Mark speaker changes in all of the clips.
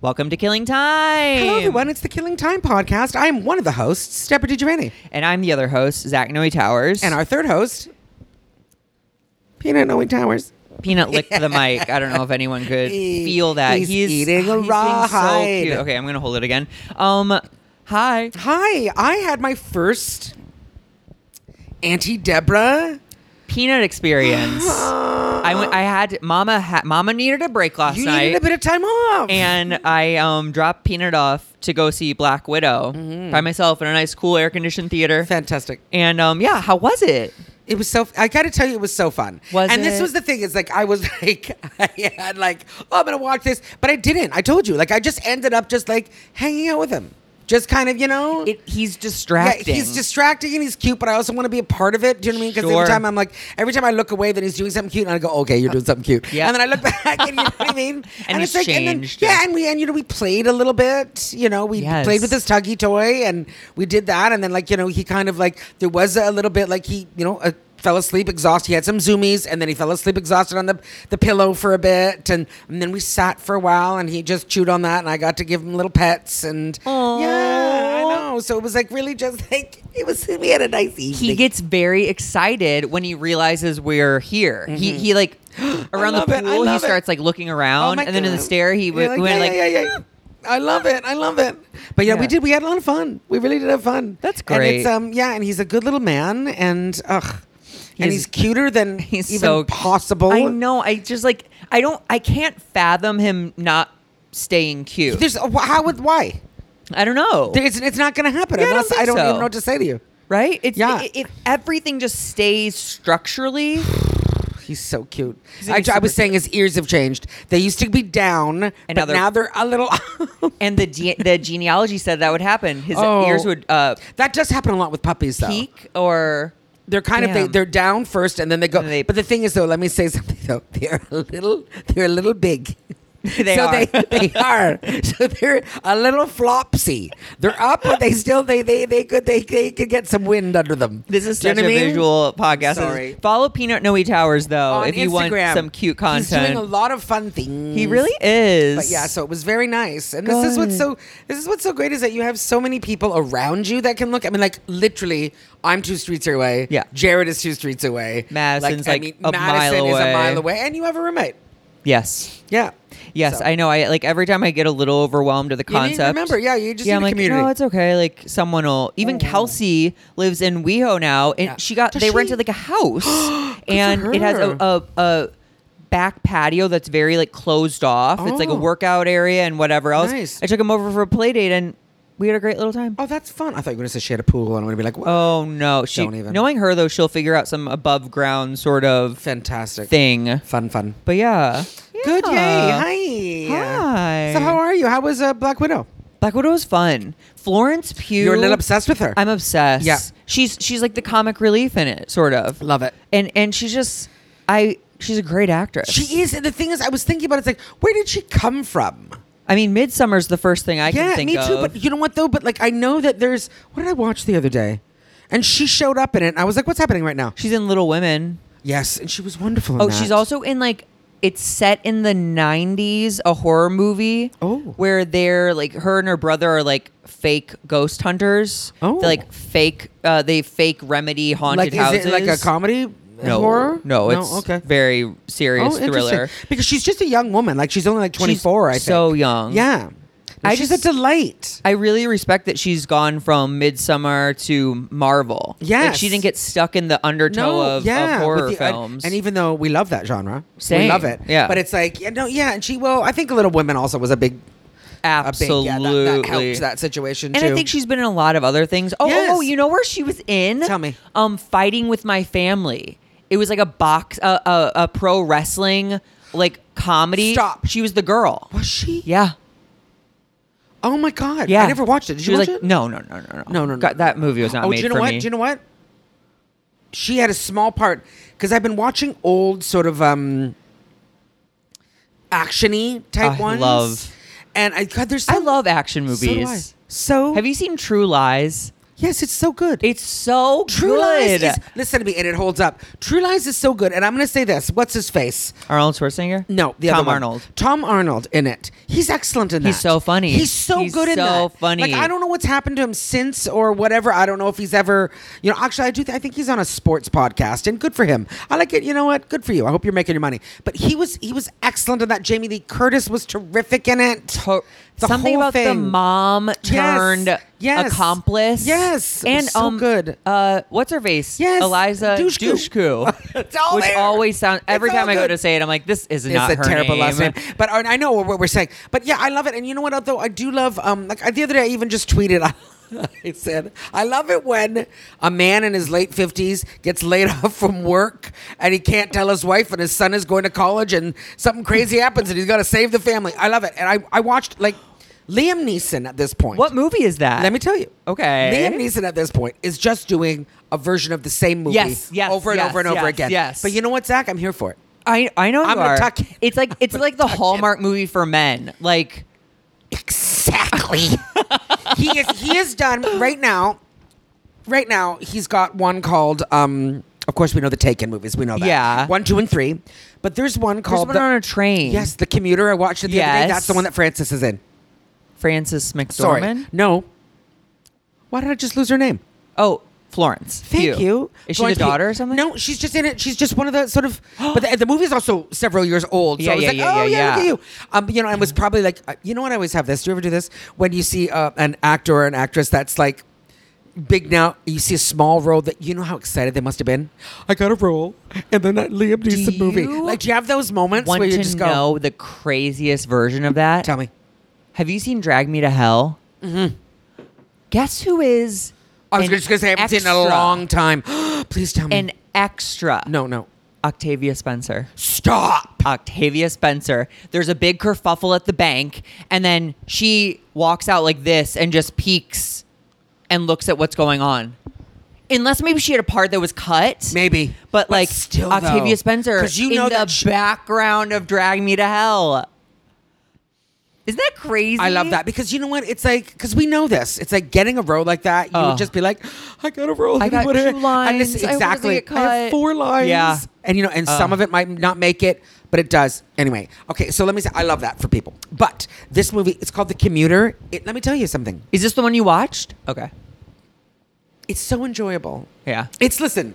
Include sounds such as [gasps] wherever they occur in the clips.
Speaker 1: Welcome to Killing Time.
Speaker 2: Hello, everyone. It's the Killing Time podcast. I am one of the hosts, Deborah DiGiovanni.
Speaker 1: And I'm the other host, Zach Noe Towers.
Speaker 2: And our third host, Peanut Knowing Towers. [laughs]
Speaker 1: Peanut licked the mic. I don't know if anyone could
Speaker 2: He-
Speaker 1: feel that.
Speaker 2: he's eating a
Speaker 1: being so
Speaker 2: rawhide.
Speaker 1: cute. Okay, I'm going to hold it again. Um, hi.
Speaker 2: Hi, I had my first Auntie Deborah.
Speaker 1: Peanut experience. I went, I had Mama ha- Mama needed a break last
Speaker 2: You
Speaker 1: night.
Speaker 2: needed a bit of time off.
Speaker 1: and I um, dropped Peanut off to go see Black Widow
Speaker 2: Mm-hmm.
Speaker 1: by myself in a nice, cool, air conditioned theater.
Speaker 2: fantastic.
Speaker 1: and um, yeah, how was it?
Speaker 2: It was so. I got to tell you, it was so fun.
Speaker 1: Was
Speaker 2: and
Speaker 1: it?
Speaker 2: this was the thing. Is like I was [laughs] like I had like oh I'm gonna watch this, but I didn't. I told you. Like I just ended up just like hanging out with him, just kind of you know.
Speaker 1: it he's distracting.
Speaker 2: Yeah, he's distracting and he's cute, but I also want to be a part of it. Do you know what I mean? Because
Speaker 1: Sure.
Speaker 2: every time I'm like, every time I look away, then he's doing something cute, and I go, okay, you're doing
Speaker 1: [laughs]
Speaker 2: something cute.
Speaker 1: Yeah.
Speaker 2: And then I look back, and you know what
Speaker 1: [laughs]
Speaker 2: I mean?
Speaker 1: he's changed.
Speaker 2: And then, yeah, and we and you know we played a little bit. You know, we
Speaker 1: Yes.
Speaker 2: played with his tuggy toy, and we did that, and then like you know he kind of like there was a little bit like he you know. uh Fell asleep exhausted. He had some zoomies, and then he fell asleep exhausted on the, the pillow for a bit, and, and then we sat for a while, and he just chewed on that, and I got to give him little pets, and yeah, I
Speaker 1: Aw.
Speaker 2: know. Oh, so it was like really just [laughs] like it was. We had a nice evening.
Speaker 1: he gets very excited when he realizes we're here. He he like [gasps] around the
Speaker 2: love it, Mm-hmm. I
Speaker 1: pool he
Speaker 2: love it.
Speaker 1: starts like looking
Speaker 2: Oh
Speaker 1: around
Speaker 2: my
Speaker 1: and then in the
Speaker 2: God.
Speaker 1: stair he
Speaker 2: You're
Speaker 1: w- went
Speaker 2: yeah,
Speaker 1: like
Speaker 2: yeah, yeah, yeah. I love it. I love it. But yeah,
Speaker 1: Yeah.
Speaker 2: we did. We had a lot of fun. We really did have fun.
Speaker 1: That's
Speaker 2: And it's,
Speaker 1: great.
Speaker 2: um, yeah, and he's a good little man, and ugh, and
Speaker 1: He's-
Speaker 2: he's cuter
Speaker 1: [laughs]
Speaker 2: than
Speaker 1: he's
Speaker 2: even
Speaker 1: so
Speaker 2: possible.
Speaker 1: I know. I just like I don't I can't fathom him not staying cute.
Speaker 2: There's uh, wh- how would why?
Speaker 1: I don't know.
Speaker 2: There- It's, it's not going to happen
Speaker 1: Yeah, I don't
Speaker 2: unless
Speaker 1: think
Speaker 2: I don't
Speaker 1: so.
Speaker 2: even know what to say to you.
Speaker 1: right? It's
Speaker 2: Yeah.
Speaker 1: it, it- everything just stays structurally.
Speaker 2: He's so cute.
Speaker 1: He's gonna
Speaker 2: I,
Speaker 1: be
Speaker 2: I was
Speaker 1: super
Speaker 2: saying his ears have changed. They used to be down, but
Speaker 1: now they're-
Speaker 2: now they're a little. [laughs]
Speaker 1: And the ge- the genealogy said that would happen. His
Speaker 2: Oh.
Speaker 1: ears would uh,
Speaker 2: that does happen a lot with puppies, though.
Speaker 1: peak or
Speaker 2: They're kind of they,
Speaker 1: Damn.
Speaker 2: they're down first, and then they go.
Speaker 1: And they-
Speaker 2: but the thing is, though, let me say [laughs] something though. They're a little, they're a little big.
Speaker 1: [laughs] They
Speaker 2: so
Speaker 1: are. [laughs]
Speaker 2: They, they are. So they're a little flopsy. They're up, but they still they they they could they, they could get some wind under them.
Speaker 1: This is
Speaker 2: Do you
Speaker 1: such a
Speaker 2: know what I mean?
Speaker 1: visual podcast.
Speaker 2: Sorry.
Speaker 1: Follow Peanut Noe Towers though
Speaker 2: On
Speaker 1: if you want
Speaker 2: Instagram.
Speaker 1: some cute
Speaker 2: He's doing a
Speaker 1: content.
Speaker 2: lot of fun things.
Speaker 1: He really is.
Speaker 2: Mm. But yeah, so it was very nice. And this is what's
Speaker 1: Good.
Speaker 2: so this is what's so great is that you have so many people around you that can look. I mean, like literally, I'm two streets away.
Speaker 1: Yeah.
Speaker 2: Jared is two streets away.
Speaker 1: Madison's, like, a
Speaker 2: Madison
Speaker 1: mile
Speaker 2: is
Speaker 1: away.
Speaker 2: a mile away, and you have a roommate.
Speaker 1: yes.
Speaker 2: Yeah.
Speaker 1: Yes,
Speaker 2: So-
Speaker 1: I know. I like every time I get a little overwhelmed with the
Speaker 2: You need to
Speaker 1: concept.
Speaker 2: remember, yeah, you just
Speaker 1: yeah,
Speaker 2: need
Speaker 1: I'm
Speaker 2: a
Speaker 1: like,
Speaker 2: community. Oh.
Speaker 1: no, it's okay. Like someone will. Even Kelsey lives in WeHo now, and
Speaker 2: Yeah.
Speaker 1: she got
Speaker 2: Does
Speaker 1: they
Speaker 2: she?
Speaker 1: rented like a
Speaker 2: [gasps]
Speaker 1: house, and it has a,
Speaker 2: her.
Speaker 1: a a back patio that's very like closed off. It's like a
Speaker 2: Oh.
Speaker 1: workout area and whatever else.
Speaker 2: Nice.
Speaker 1: I took him over for a play date, and we had a great little time.
Speaker 2: Oh, that's fun. I thought you were going to say she had a pool, and I'm going to be like, "Wow,
Speaker 1: Oh no, she
Speaker 2: Don't even.
Speaker 1: knowing her though, she'll figure out some above ground sort of
Speaker 2: fantastic,
Speaker 1: thing.
Speaker 2: fun, fun,
Speaker 1: But yeah,
Speaker 2: good,
Speaker 1: Yeah.
Speaker 2: yay, hi,
Speaker 1: Hi.
Speaker 2: So how are you? How was uh, Black Widow?
Speaker 1: Black Widow was fun. Florence Pugh.
Speaker 2: You were a little obsessed with her.
Speaker 1: I'm obsessed.
Speaker 2: Yeah.
Speaker 1: she's she's like the comic relief in it, sort of.
Speaker 2: Love it.
Speaker 1: And and she's just, I she's a great actress.
Speaker 2: She is, and the thing is, I was thinking about it, it's like, where did she come from?
Speaker 1: I mean, Midsummer's the first thing I
Speaker 2: yeah,
Speaker 1: can think
Speaker 2: me
Speaker 1: of.
Speaker 2: too. But you know what though? But like, I know that there's. What did I watch the other day? And she showed up in it. And I was like, "What's happening right now?"
Speaker 1: she's in Little Women.
Speaker 2: Yes, and she was wonderful. in
Speaker 1: Oh,
Speaker 2: that.
Speaker 1: she's also in like it's set in the '90s, a horror movie.
Speaker 2: Oh.
Speaker 1: where they're like her and her brother are like fake ghost hunters.
Speaker 2: Oh.
Speaker 1: They're, like fake. Uh, they fake remedy haunted
Speaker 2: like
Speaker 1: houses.
Speaker 2: is it like a comedy
Speaker 1: no,
Speaker 2: horror?
Speaker 1: No, it's
Speaker 2: okay.
Speaker 1: very serious
Speaker 2: oh,
Speaker 1: thriller.
Speaker 2: interesting. Because she's just a young woman. Like she's only like 24. I think.
Speaker 1: so young.
Speaker 2: Yeah. No,
Speaker 1: I
Speaker 2: she's
Speaker 1: just-
Speaker 2: a delight.
Speaker 1: I really respect that she's gone from Midsummer to Marvel. like
Speaker 2: Yes.
Speaker 1: she didn't get stuck in the undertow of, of
Speaker 2: with
Speaker 1: horror
Speaker 2: the- uh, and-
Speaker 1: films.
Speaker 2: And, even though we love that genre,
Speaker 1: Same,
Speaker 2: we love it.
Speaker 1: yeah.
Speaker 2: But it's like, yeah, no, yeah. And she, well, I think Little Women also was a big, a big,
Speaker 1: absolutely,
Speaker 2: yeah, that, that helped that situation
Speaker 1: And
Speaker 2: too.
Speaker 1: I think she's been in a lot of other things. Oh,
Speaker 2: Yes.
Speaker 1: oh, oh, you know where she was in?
Speaker 2: Tell me.
Speaker 1: Um, fighting with my family. It was like a box, a a, a pro wrestling like comedy.
Speaker 2: Stop.
Speaker 1: She was the girl.
Speaker 2: was she?
Speaker 1: Yeah.
Speaker 2: Oh my god!
Speaker 1: Yeah.
Speaker 2: I never watched it. Did
Speaker 1: she
Speaker 2: you
Speaker 1: was
Speaker 2: watch
Speaker 1: like,
Speaker 2: it?
Speaker 1: no, no, no, no, no,
Speaker 2: No, no, no,
Speaker 1: God, that movie was not
Speaker 2: Oh,
Speaker 1: made
Speaker 2: do you know
Speaker 1: for
Speaker 2: what?
Speaker 1: me.
Speaker 2: Do you know what? She had a small part because I've been watching old sort of um actiony type
Speaker 1: I
Speaker 2: ones.
Speaker 1: Ah, love-
Speaker 2: And I God, there's
Speaker 1: I
Speaker 2: some-
Speaker 1: love action
Speaker 2: so do I.
Speaker 1: movies.
Speaker 2: So
Speaker 1: Have you seen True Lies?
Speaker 2: Yes, it's so good.
Speaker 1: It's so
Speaker 2: True
Speaker 1: good.
Speaker 2: Lies is, listen to me, and it holds up. True Lies is so good, and I'm going to say this. What's his face?
Speaker 1: Arnold Schwarzenegger?
Speaker 2: No, the
Speaker 1: Tom
Speaker 2: other one.
Speaker 1: Arnold.
Speaker 2: Tom Arnold in it. He's excellent in that.
Speaker 1: He's so funny.
Speaker 2: He's so
Speaker 1: He's
Speaker 2: good in
Speaker 1: so
Speaker 2: that.
Speaker 1: funny.
Speaker 2: Like I don't know what's happened to him since or whatever. I don't know if he's ever. You know, actually, I do. I think he's on a sports podcast, and good for him. I like it. You know what? Good for you. I hope you're making your money. But he was he was excellent in that. Jamie Lee Curtis was terrific in it.
Speaker 1: To-
Speaker 2: The
Speaker 1: something
Speaker 2: whole
Speaker 1: about the
Speaker 2: thing.
Speaker 1: mom turned
Speaker 2: yes.
Speaker 1: accomplice.
Speaker 2: Yes, it was
Speaker 1: and
Speaker 2: so
Speaker 1: um,
Speaker 2: good.
Speaker 1: Uh, what's her face?
Speaker 2: Yes,
Speaker 1: Eliza
Speaker 2: Dushku.
Speaker 1: Dushku.
Speaker 2: [laughs] It's all
Speaker 1: which
Speaker 2: there.
Speaker 1: always sounds.
Speaker 2: It's
Speaker 1: Every
Speaker 2: all
Speaker 1: time I go
Speaker 2: good.
Speaker 1: to say it, I'm like, this is
Speaker 2: It's
Speaker 1: not
Speaker 2: a
Speaker 1: her
Speaker 2: terrible
Speaker 1: name.
Speaker 2: last name. But I I know what we're saying. But yeah, I love it. And you know what? Though I do love. Um, like I, the other day, I even just tweeted. [laughs] I, said, I love it when a man in his late fifties gets laid [laughs] off from work and he can't tell his wife, and his son is going to college, and something crazy [laughs] happens, and he's got to save the family. I love it. And I I watched like Liam Neeson at this point.
Speaker 1: What movie is that?
Speaker 2: Let me tell you.
Speaker 1: Okay.
Speaker 2: Liam Neeson at this point is just doing a version of the same movie
Speaker 1: Yes, yes,
Speaker 2: over and
Speaker 1: yes,
Speaker 2: over and over
Speaker 1: yes,
Speaker 2: again.
Speaker 1: yes.
Speaker 2: But you know what, Zach? I'm here for it.
Speaker 1: I I know you
Speaker 2: I'm gonna
Speaker 1: are.
Speaker 2: tuck in.
Speaker 1: It's like it's like the Hallmark movie for men. Like
Speaker 2: Exactly. [laughs] he is he is done right now. Right now, he's got one called um of course we know the Taken movies, we know that.
Speaker 1: Yeah.
Speaker 2: One, two, and three. But there's one
Speaker 1: there's
Speaker 2: called
Speaker 1: one
Speaker 2: the,
Speaker 1: on a train.
Speaker 2: Yes, the commuter I watched it the other day.
Speaker 1: Yes.
Speaker 2: That's the one that Francis is in.
Speaker 1: Frances
Speaker 2: Sorry.
Speaker 1: McDormand.
Speaker 2: No. Why did I just lose her name?
Speaker 1: Oh, Florence.
Speaker 2: Thank
Speaker 1: Pugh.
Speaker 2: you.
Speaker 1: Is
Speaker 2: Florence
Speaker 1: she the
Speaker 2: Pugh.
Speaker 1: daughter or something?
Speaker 2: No, she's just in it. She's just one of the sort
Speaker 1: [gasps]
Speaker 2: of. But the, the movie's also several years old. So
Speaker 1: Yeah,
Speaker 2: I was
Speaker 1: yeah,
Speaker 2: like,
Speaker 1: yeah,
Speaker 2: oh
Speaker 1: yeah,
Speaker 2: yeah, look at
Speaker 1: yeah.
Speaker 2: you. Um, you know, I was probably like, uh, you know what? I always have this. Do you ever do this when you see uh, an actor or an actress that's like big now? You see a small role that you know how excited they must have been. I got a role, and then that Liam Neeson movie.
Speaker 1: you
Speaker 2: Like, do you have those moments
Speaker 1: Want
Speaker 2: where you
Speaker 1: to
Speaker 2: just go,
Speaker 1: know the craziest version of that?
Speaker 2: tell me?
Speaker 1: Have you seen Drag Me to Hell? Mm-hmm. Guess who is?
Speaker 2: I was
Speaker 1: an
Speaker 2: just gonna say I haven't seen it in a
Speaker 1: extra-
Speaker 2: long time. [gasps] Please tell me.
Speaker 1: An extra.
Speaker 2: Mm. no, no,
Speaker 1: Octavia Spencer.
Speaker 2: stop.
Speaker 1: Octavia Spencer. There's a big kerfuffle at the bank, and then she walks out like this and just peeks and looks at what's going on. Unless maybe she had a part that was cut.
Speaker 2: Maybe.
Speaker 1: But, like
Speaker 2: still,
Speaker 1: Octavia
Speaker 2: though.
Speaker 1: Spencer
Speaker 2: 'Cause you
Speaker 1: in
Speaker 2: know
Speaker 1: the
Speaker 2: that she-
Speaker 1: background of Drag Me to Hell. Isn't that crazy?
Speaker 2: I love that because you know what? It's like because we know this. It's like getting a role like that. You
Speaker 1: Oh.
Speaker 2: would just be like, I got a role.
Speaker 1: I got
Speaker 2: What
Speaker 1: two
Speaker 2: a-" And this-
Speaker 1: lines. I hope it doesn't
Speaker 2: exactly.
Speaker 1: get
Speaker 2: I have
Speaker 1: cut.
Speaker 2: four lines.
Speaker 1: Yeah. Uh.
Speaker 2: and you know, and some of it might not make it, but it does anyway. Okay, so let me say, I love that for people. But this movie, it's called The Commuter. It, let me tell you something.
Speaker 1: Is this the one you watched? Okay.
Speaker 2: It's so enjoyable.
Speaker 1: Yeah.
Speaker 2: It's listen.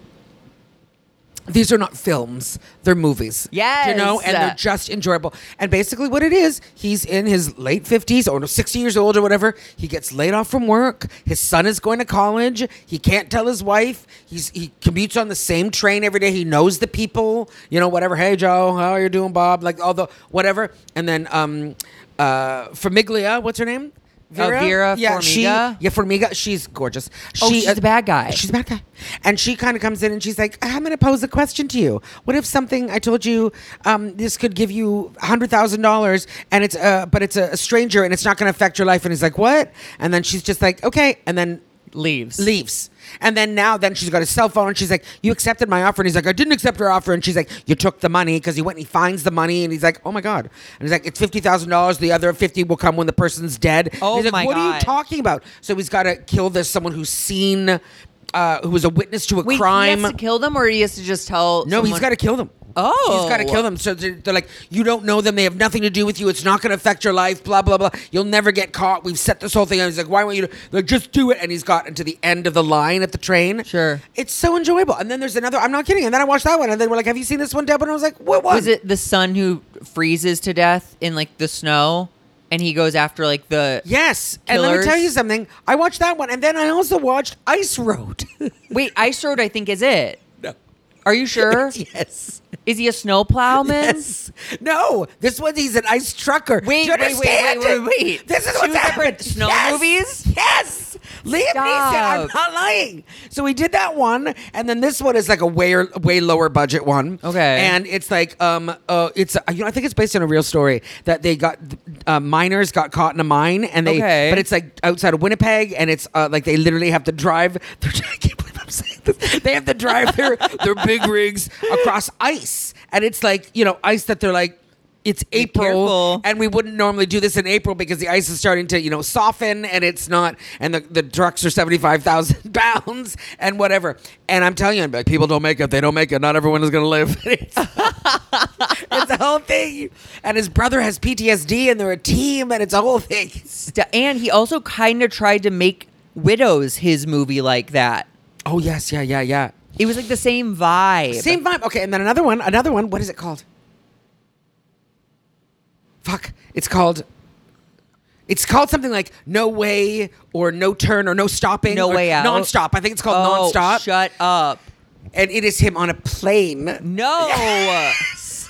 Speaker 2: These are not films; they're movies.
Speaker 1: Yes.
Speaker 2: you know, and they're just enjoyable. And basically, what it is, he's in his late fifties or sixty years old or whatever. He gets laid off from work. His son is going to college. He can't tell his wife. He's he commutes on the same train every day. He knows the people. You know, whatever. Hey, Joe, how are you doing, Bob? Like all the whatever. And then, um, uh, Famiglia, what's her name?
Speaker 1: Oh, Vera
Speaker 2: yeah, she,
Speaker 1: Farmiga?
Speaker 2: yeah, Formiga. She's gorgeous.
Speaker 1: Oh, she's the bad guy.
Speaker 2: She's the bad guy. And she kind of comes in and she's like, I'm going to pose a question to you. What if something I told you um, this could give you $100,000 and it's uh, but it's a, a stranger and it's not going to affect your life? And he's like, what? And then she's just like, okay. And then
Speaker 1: Leaves.
Speaker 2: leaves. And then now, then she's got a cell phone and she's like, You accepted my offer. And he's like, I didn't accept her offer. And she's like, You took the money because he went and he finds the money. And he's like, Oh my God. And he's like, It's $50,000. The other 50 will come when the person's dead. And
Speaker 1: Oh
Speaker 2: he's like,
Speaker 1: my
Speaker 2: What are you
Speaker 1: God.
Speaker 2: talking about? So he's got to kill this someone who's seen, uh, who was a witness to a
Speaker 1: Wait,
Speaker 2: crime.
Speaker 1: he has to kill them or he has to just tell
Speaker 2: No, he's
Speaker 1: someone-
Speaker 2: got to kill them.
Speaker 1: Oh.
Speaker 2: he's got to kill them. So they're, they're like, you don't know them. They have nothing to do with you. It's not going to affect your life. Blah blah blah. You'll never get caught. We've set this whole thing. up. He's like, why won't you? do-" They're like, just do it. And he's gotten to the end of the line at the train.
Speaker 1: Sure.
Speaker 2: it's so enjoyable. And then there's another. I'm not kidding. And then I watched that one. And then we're like, have you seen this one, Deb? And I was like, what one?
Speaker 1: Was it the son who freezes to death in like the snow and he goes after like the
Speaker 2: Yes. And let me
Speaker 1: Killers?
Speaker 2: tell you something. I watched that one, and then I also watched Ice Road. [laughs]
Speaker 1: Wait, Ice Road I think is it.
Speaker 2: no.
Speaker 1: Are you sure?
Speaker 2: [laughs] Yes.
Speaker 1: Is he a snowplowman?
Speaker 2: Yes. No. This one, he's an ice trucker.
Speaker 1: Wait,
Speaker 2: Do you
Speaker 1: wait, wait, wait,
Speaker 2: understand
Speaker 1: wait,
Speaker 2: it?
Speaker 1: wait.
Speaker 2: This is
Speaker 1: Two
Speaker 2: what's happened.
Speaker 1: separate snow
Speaker 2: Yes.
Speaker 1: movies?
Speaker 2: Yes. Liam Neeson. I'm
Speaker 1: Stop.
Speaker 2: not lying. So we did that one, and then this one is like a way way lower budget one.
Speaker 1: Okay.
Speaker 2: And it's like um uh it's uh, you know I think it's based on a real story that they got uh, miners got caught in a mine and they
Speaker 1: Okay.
Speaker 2: but it's like outside of Winnipeg and it's uh, like they literally have to drive. [laughs] They're, I can't believe I'm saying this. They have
Speaker 1: [laughs]
Speaker 2: to drive their their big rigs across ice, and it's like you know ice that they're like it's April
Speaker 1: careful.
Speaker 2: and we wouldn't normally do this in April because the ice is starting to, you know, soften and it's not and the, the trucks are seventy five thousand [laughs] pounds and whatever. And I'm telling you, like people don't make it, they don't make it, not everyone is gonna live. [laughs] it's, it's a whole thing. And his brother has PTSD and they're a team and it's a whole thing. [laughs]
Speaker 1: St- and he also kind of tried to make Widows his movie like that.
Speaker 2: Oh yes, yeah, yeah, yeah.
Speaker 1: It was like the same vibe.
Speaker 2: Same vibe. Okay, and then another one. Another one. What is it called? Fuck. It's called. It's called something like "No Way" or "No Turn" or "No Stopping."
Speaker 1: No
Speaker 2: or
Speaker 1: way out.
Speaker 2: Non-stop. I think it's called
Speaker 1: Oh,
Speaker 2: non-stop.
Speaker 1: Shut up.
Speaker 2: and it is him on a plane.
Speaker 1: No. [laughs] and he's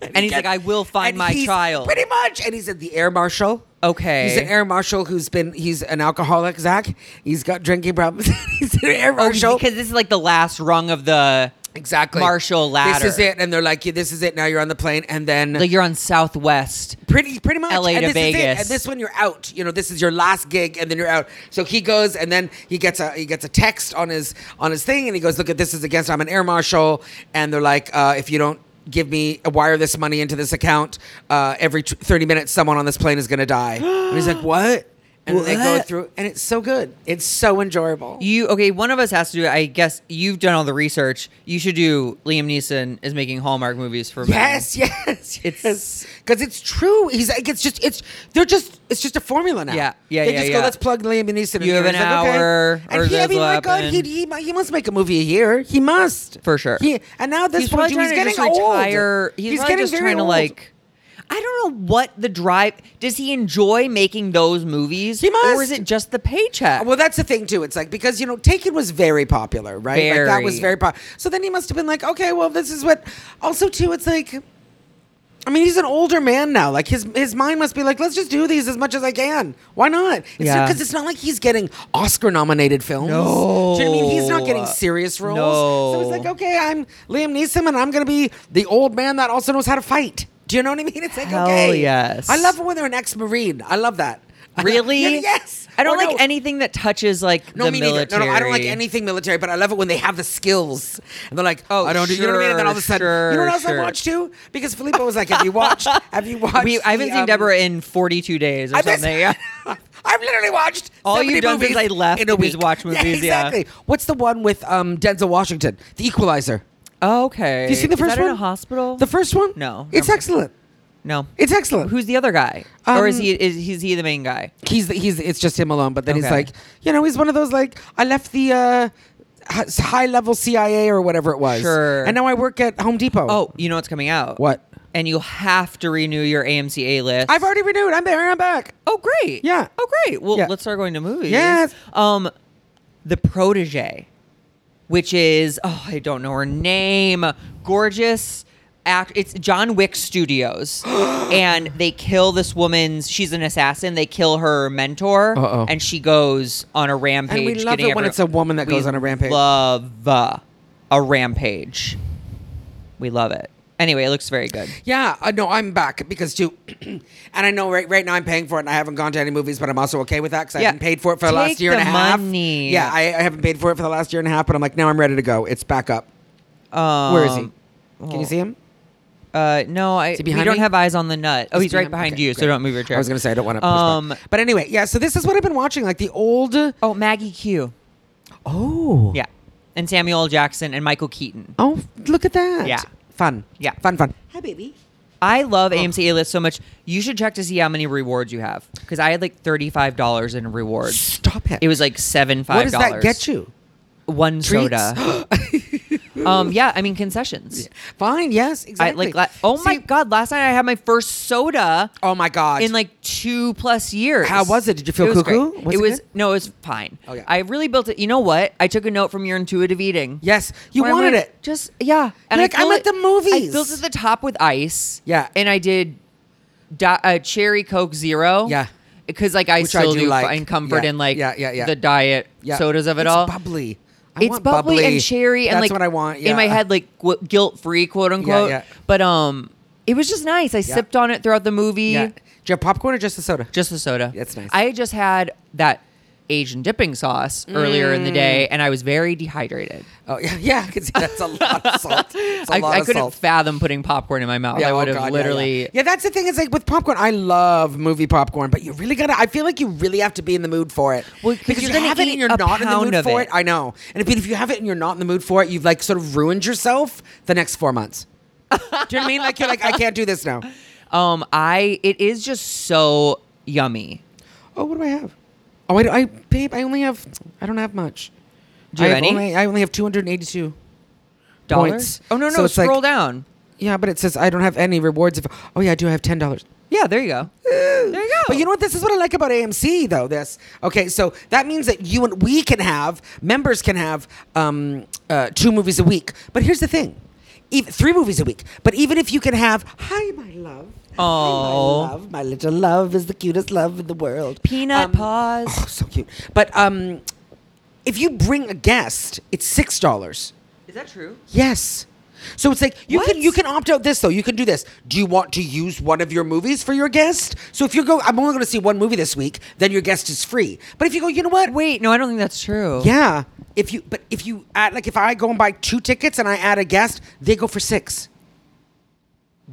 Speaker 2: Get-
Speaker 1: like, I will find
Speaker 2: and
Speaker 1: my
Speaker 2: he's-
Speaker 1: child.
Speaker 2: Pretty much. And he's at the air marshal.
Speaker 1: Okay.
Speaker 2: He's an air marshal who's been. He's an alcoholic. Zach. He's got drinking problems. [laughs] he's an air
Speaker 1: Oh,
Speaker 2: marshal.
Speaker 1: because this is like the last rung of the.
Speaker 2: Exactly.
Speaker 1: Marshal ladder.
Speaker 2: This is it. And they're like, yeah, this is it. Now you're on the plane. And then
Speaker 1: Like you're on Southwest.
Speaker 2: pretty pretty much
Speaker 1: LA
Speaker 2: and
Speaker 1: to
Speaker 2: this is it.
Speaker 1: Vegas.
Speaker 2: And this one you're out. You know, this is your last gig, and then you're out. So he goes, and then he gets a he gets a text on his on his thing, and he goes, "Look at this is against. I'm an air marshal." And they're like, uh, "If you don't give me wire this money into this account, uh, every t- 30 minutes, someone on this plane is going to die." and
Speaker 1: [gasps]
Speaker 2: he's like, "What?" And then they go
Speaker 1: What?
Speaker 2: through, and it's so good. It's so enjoyable.
Speaker 1: You okay? One of us has to do. it. I guess you've done all the research. You should do. Liam Neeson is making Hallmark movies for men.
Speaker 2: Yes, [laughs] yes,
Speaker 1: It's-
Speaker 2: yes. Because it's true. He's like, it's just, it's, they're just, it's just a formula now.
Speaker 1: Yeah, yeah,
Speaker 2: They
Speaker 1: yeah,
Speaker 2: just
Speaker 1: yeah.
Speaker 2: go, let's plug Liam Neeson. in
Speaker 1: You
Speaker 2: here."
Speaker 1: have
Speaker 2: It's
Speaker 1: an
Speaker 2: like, okay.
Speaker 1: hour, or
Speaker 2: And he, I
Speaker 1: this
Speaker 2: mean,
Speaker 1: will
Speaker 2: my God,
Speaker 1: happen.
Speaker 2: he, he, mu- he must make a movie a year. He must
Speaker 1: For sure.
Speaker 2: He, and now at this
Speaker 1: he's
Speaker 2: point,
Speaker 1: probably
Speaker 2: too, he's
Speaker 1: trying to
Speaker 2: getting
Speaker 1: just
Speaker 2: old.
Speaker 1: retire. He's, probably
Speaker 2: getting
Speaker 1: just
Speaker 2: very
Speaker 1: trying to
Speaker 2: old.
Speaker 1: like. I don't know what the drive. Does he enjoy making those movies?
Speaker 2: He must.
Speaker 1: Or is it just the paycheck?
Speaker 2: Well, [laughs] that's the thing too. It's like because you know, Taken was very popular, right? Like that was
Speaker 1: Very.
Speaker 2: very popular. So then he must have been like, okay, well, this is what. Also, too, it's like, I mean, he's an older man now. Like his his mind must be like, let's just do these as much as I can. Why not? It's
Speaker 1: Yeah.
Speaker 2: because it's not like he's getting Oscar nominated films. Do you know what I mean? He's not getting
Speaker 1: No.
Speaker 2: serious roles.
Speaker 1: No.
Speaker 2: So it's like, okay, I'm Liam Neeson, and I'm gonna be the old man that also knows how to fight. Do you know what I mean? It's like,
Speaker 1: Hell
Speaker 2: okay,
Speaker 1: yes.
Speaker 2: I love it when they're an ex-marine. I love that. I love-
Speaker 1: really?
Speaker 2: [laughs] yes.
Speaker 1: I don't
Speaker 2: Or
Speaker 1: like
Speaker 2: no.
Speaker 1: anything that touches like
Speaker 2: No,
Speaker 1: the
Speaker 2: me
Speaker 1: military.
Speaker 2: neither. No, no, I don't like anything military, but I love it when they have the skills and they're like,
Speaker 1: Oh,
Speaker 2: I don't, do you know what I mean? And then all of a
Speaker 1: sure,
Speaker 2: sudden, you know what else
Speaker 1: sure,
Speaker 2: I
Speaker 1: sure.
Speaker 2: watched too? Because Filippo was like, Have you [laughs] watched? Have you watched?
Speaker 1: We, I haven't
Speaker 2: the,
Speaker 1: seen
Speaker 2: um, [laughs]
Speaker 1: Deborah in 42 days or
Speaker 2: I've been- [laughs]
Speaker 1: something.
Speaker 2: I've literally watched
Speaker 1: All
Speaker 2: 70
Speaker 1: you've done
Speaker 2: movies
Speaker 1: since I left
Speaker 2: in a
Speaker 1: is
Speaker 2: week.
Speaker 1: watch movies, yeah.
Speaker 2: exactly. What's the one with um, Denzel Washington? The Equalizer.
Speaker 1: oh, okay.
Speaker 2: Have you seen the first
Speaker 1: is that
Speaker 2: one?
Speaker 1: In a hospital?
Speaker 2: The first one?
Speaker 1: No,
Speaker 2: It's
Speaker 1: never.
Speaker 2: excellent.
Speaker 1: no.
Speaker 2: It's excellent.
Speaker 1: Who's the other guy? or is
Speaker 2: Um,
Speaker 1: he is, is he the main guy?
Speaker 2: he's the, he's it's just him alone. But then he's
Speaker 1: Okay.
Speaker 2: like, you know, he's one of those like I left the uh, high level CIA or whatever it was,
Speaker 1: Sure.
Speaker 2: and now I work at Home Depot.
Speaker 1: Oh, you know what's coming out.
Speaker 2: what?
Speaker 1: And you'll have to renew your AMC A list.
Speaker 2: I've already renewed. I'm there. I'm back.
Speaker 1: Oh, great.
Speaker 2: Yeah.
Speaker 1: Oh, great. Well,
Speaker 2: Yeah.
Speaker 1: let's start going to movies.
Speaker 2: Yes.
Speaker 1: Um, the protege, which is oh, I don't know her name. Gorgeous. Act. It's John Wick
Speaker 2: [gasps]
Speaker 1: Studios, and they kill this woman's. She's an assassin. They kill her mentor,
Speaker 2: Uh-oh.
Speaker 1: and she goes on a rampage.
Speaker 2: love
Speaker 1: getting
Speaker 2: it when
Speaker 1: every-
Speaker 2: it's a woman that
Speaker 1: We
Speaker 2: goes on a rampage.
Speaker 1: Love uh, a rampage. We love it. Anyway, it looks very good.
Speaker 2: Yeah, uh, no, I'm back because too, [clears throat] and I know right right now I'm paying for it, and I haven't gone to any movies, but I'm also okay with that because I
Speaker 1: Yeah.
Speaker 2: haven't paid for it for the
Speaker 1: Take
Speaker 2: last year and
Speaker 1: the
Speaker 2: a half.
Speaker 1: money.
Speaker 2: Yeah, I, I haven't paid for it for the last year and a half, but I'm like now I'm ready to go. It's back up.
Speaker 1: Um,
Speaker 2: Where is he? Oh. Can
Speaker 1: well,
Speaker 2: you see him?
Speaker 1: Uh, no, I we
Speaker 2: he behind
Speaker 1: don't
Speaker 2: me?
Speaker 1: have eyes on the nut. Oh, he's, right behind
Speaker 2: Okay,
Speaker 1: you, so
Speaker 2: great.
Speaker 1: don't move your chair.
Speaker 2: I was gonna say I don't want to.
Speaker 1: Um,
Speaker 2: but anyway, yeah. So this is what I've been watching, like the old.
Speaker 1: Oh, Maggie Q.
Speaker 2: Oh.
Speaker 1: Yeah, and Samuel L. Jackson and Michael Keaton.
Speaker 2: Oh, look at that.
Speaker 1: Yeah.
Speaker 2: Fun.
Speaker 1: Yeah.
Speaker 2: Fun, fun.
Speaker 1: I love
Speaker 2: Oh.
Speaker 1: AMC A List so much. You should check to see how many rewards you have because I had like thirty five dollars in rewards.
Speaker 2: Stop it.
Speaker 1: It was like seven
Speaker 2: What
Speaker 1: five
Speaker 2: does
Speaker 1: dollars.
Speaker 2: that get you?
Speaker 1: One
Speaker 2: Treats? [gasps]
Speaker 1: soda. um, yeah, I mean concessions.
Speaker 2: Fine. Yes.
Speaker 1: I
Speaker 2: Exactly.
Speaker 1: like. La- oh my
Speaker 2: See-
Speaker 1: god! Last night I had my first soda.
Speaker 2: Oh my god.
Speaker 1: in like two plus years.
Speaker 2: How was it? Did you feel
Speaker 1: it was
Speaker 2: cuckoo?
Speaker 1: great.
Speaker 2: Was
Speaker 1: it
Speaker 2: it
Speaker 1: was
Speaker 2: good?
Speaker 1: no, it was fine.
Speaker 2: Oh, yeah.
Speaker 1: I really built it. You know what? I took a note from your intuitive eating.
Speaker 2: yes, you
Speaker 1: Where I'm
Speaker 2: wanted
Speaker 1: like,
Speaker 2: it.
Speaker 1: Just yeah.
Speaker 2: You're like, I'm
Speaker 1: filled
Speaker 2: at the
Speaker 1: I
Speaker 2: movies.
Speaker 1: filled it to the top with ice.
Speaker 2: Yeah.
Speaker 1: and I did di- uh, cherry Coke Zero.
Speaker 2: Yeah.
Speaker 1: because like I
Speaker 2: Which I
Speaker 1: still
Speaker 2: do
Speaker 1: do,
Speaker 2: like.
Speaker 1: find comfort
Speaker 2: Yeah.
Speaker 1: in like
Speaker 2: Yeah, yeah, yeah.
Speaker 1: the diet
Speaker 2: Yeah.
Speaker 1: sodas of it
Speaker 2: It's
Speaker 1: all.
Speaker 2: Bubbly. I
Speaker 1: it's
Speaker 2: want
Speaker 1: bubbly, and cherry and
Speaker 2: That's
Speaker 1: like
Speaker 2: what I want.
Speaker 1: in my
Speaker 2: yeah.
Speaker 1: head like gu- guilt free quote unquote.
Speaker 2: yeah.
Speaker 1: But um, it was just nice. I sipped on it throughout the movie. [laughs]
Speaker 2: Yeah. Do you have popcorn or just the soda?
Speaker 1: Just the soda.
Speaker 2: That's nice.
Speaker 1: I just had that Asian dipping sauce earlier in the
Speaker 2: Mm.
Speaker 1: day, and I was very dehydrated.
Speaker 2: Oh yeah, yeah. I can see that's a lot
Speaker 1: [laughs]
Speaker 2: of salt. It's a
Speaker 1: I,
Speaker 2: lot
Speaker 1: I
Speaker 2: of
Speaker 1: couldn't
Speaker 2: salt.
Speaker 1: fathom putting popcorn in my mouth. I
Speaker 2: oh
Speaker 1: would have
Speaker 2: God, yeah, yeah.
Speaker 1: literally.
Speaker 2: Yeah, that's the thing. Is like with popcorn, I love movie popcorn, but you really gotta. I feel like you really have to be in the mood for it.
Speaker 1: Well, 'cause
Speaker 2: because
Speaker 1: you're
Speaker 2: you
Speaker 1: gonna
Speaker 2: have it
Speaker 1: eat
Speaker 2: and you're
Speaker 1: a
Speaker 2: not in the
Speaker 1: pound
Speaker 2: mood
Speaker 1: of
Speaker 2: for
Speaker 1: it.
Speaker 2: it. I know. And if, if you have it and you're not in the mood for it, you've like sort of ruined yourself the next four months. [laughs] do you know what I mean? Like you're like, I can't do this now.
Speaker 1: Um, I it is just so yummy.
Speaker 2: Oh, what do I have? Oh, I, don't- I babe, I only have. I don't have much.
Speaker 1: Do you
Speaker 2: I
Speaker 1: have
Speaker 2: have
Speaker 1: any?
Speaker 2: Only, I only have two hundred eighty-two.
Speaker 1: Dollars?
Speaker 2: Points.
Speaker 1: Oh no no!
Speaker 2: So it's like-
Speaker 1: scroll down.
Speaker 2: Yeah, but it says I don't have any rewards. If oh yeah, I do have ten dollars.
Speaker 1: Yeah, there you go. There you go.
Speaker 2: But you know what? This is what I like about AMC, though. This okay, so that means that you and we can have members can have um, uh, two movies a week. But here's the thing, even, three movies a week. But even if you can have, hi, my love.
Speaker 1: Aw.
Speaker 2: Hi, my love. My little love is the cutest love in the world.
Speaker 1: Peanut
Speaker 2: Um,
Speaker 1: paws.
Speaker 2: Oh, so cute. But um, if you bring a guest, it's six dollars.
Speaker 1: Is that true?
Speaker 2: Yes. So it's like you
Speaker 1: What?
Speaker 2: can you can opt out this though. You can do this. Do you want to use one of your movies for your guest? So if you go, I'm only going to see one movie this week. Then your guest is free. But if you go, you know what?
Speaker 1: Wait, no, I don't think that's true.
Speaker 2: Yeah. If you but if you add like if I go and buy two tickets and I add a guest, they go for six.
Speaker 1: Oh,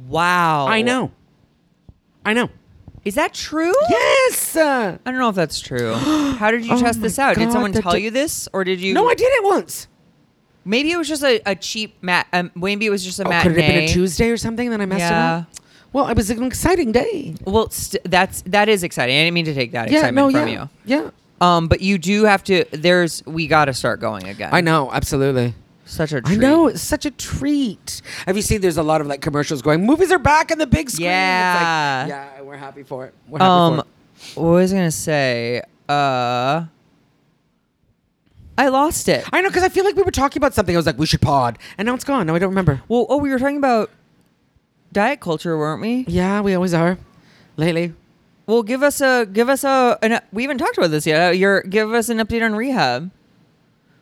Speaker 1: Wow.
Speaker 2: I know. I know.
Speaker 1: Is that true?
Speaker 2: Yes. Uh,
Speaker 1: I don't know if that's
Speaker 2: [gasps]
Speaker 1: true. How did you
Speaker 2: Oh
Speaker 1: test
Speaker 2: my
Speaker 1: this out? did
Speaker 2: God,
Speaker 1: someone
Speaker 2: that
Speaker 1: tell
Speaker 2: did-
Speaker 1: you this, or did you?
Speaker 2: no, I did it once.
Speaker 1: Maybe it was just a, a cheap mat. Um, maybe it was just a
Speaker 2: Oh,
Speaker 1: matinee.
Speaker 2: could it have been a Tuesday or something? Then I messed
Speaker 1: Yeah.
Speaker 2: it up. Well, it was an exciting day.
Speaker 1: Well, st- that's that is exciting. I didn't mean to take that
Speaker 2: Yeah. No.
Speaker 1: excitement from
Speaker 2: Yeah.
Speaker 1: you.
Speaker 2: Yeah.
Speaker 1: Um, but you do have to. There's we got to start going again.
Speaker 2: I know. Absolutely.
Speaker 1: Such a
Speaker 2: I
Speaker 1: treat.
Speaker 2: know it's such a treat. Have you seen? There's a lot of like commercials going. Movies are back on the big screen.
Speaker 1: Yeah.
Speaker 2: it's like, yeah. We're happy for it. We're happy
Speaker 1: Um,
Speaker 2: for
Speaker 1: what was I gonna say? Uh, I lost it.
Speaker 2: it. I know because I feel like we were talking about something. I was like, we should pod, and now it's gone. Now I don't remember.
Speaker 1: Well, oh, we were talking about diet culture, weren't we?
Speaker 2: Yeah, we always are. Lately,
Speaker 1: Well, give us a give us a. An, we haven't talked about this yet. Uh, Your give us an update on rehab.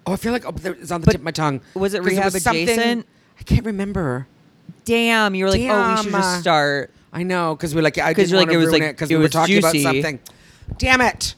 Speaker 2: oh, I feel like oh, there- it's on the
Speaker 1: But
Speaker 2: tip of my tongue.
Speaker 1: was it
Speaker 2: 'Cause
Speaker 1: rehab
Speaker 2: something-
Speaker 1: adjacent?
Speaker 2: I can't remember.
Speaker 1: Damn, you were like, oh, we should
Speaker 2: Damn.
Speaker 1: just start.
Speaker 2: I know because we're like, I
Speaker 1: 'Cause
Speaker 2: didn't
Speaker 1: you're
Speaker 2: want
Speaker 1: like,
Speaker 2: to
Speaker 1: it was
Speaker 2: ruin
Speaker 1: like-
Speaker 2: it because
Speaker 1: it
Speaker 2: we were
Speaker 1: was
Speaker 2: talking
Speaker 1: juicy.
Speaker 2: about something. Damn it!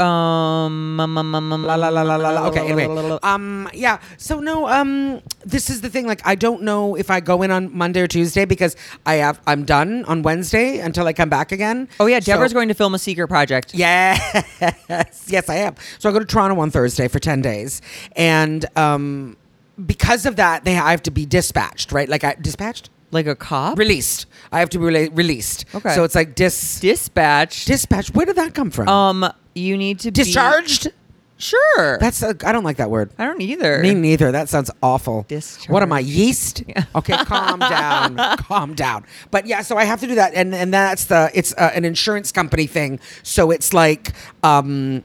Speaker 1: Um, um, um, um, um,
Speaker 2: La la la la la. la. Okay.
Speaker 1: la, la, la, la,
Speaker 2: Anyway.
Speaker 1: la.
Speaker 2: Um. Yeah. So no. Um. This is the thing. Like, I don't know if I go in on Monday or Tuesday because I have I'm done on Wednesday until I come back again.
Speaker 1: Oh yeah, Deborah's
Speaker 2: So-
Speaker 1: going to film a secret project.
Speaker 2: Yes. Yes, I am. So I go to Toronto on Thursday for 10 days. And um, because of that, they I have to be dispatched, right? Like I dispatched?
Speaker 1: Like a cop.
Speaker 2: Released. I have to be rela- released.
Speaker 1: Okay.
Speaker 2: So it's like dis
Speaker 1: Dispatched.
Speaker 2: dispatched. Where did that come from?
Speaker 1: um, you need to be-
Speaker 2: Discharged?
Speaker 1: Sure.
Speaker 2: That's I I don't like that word.
Speaker 1: I don't either.
Speaker 2: Me neither. That sounds awful.
Speaker 1: Discharge.
Speaker 2: What am I, yeast? Okay, calm down, calm down. But yeah, so I have to do that, and and that's the it's uh, an insurance company thing. So it's like. um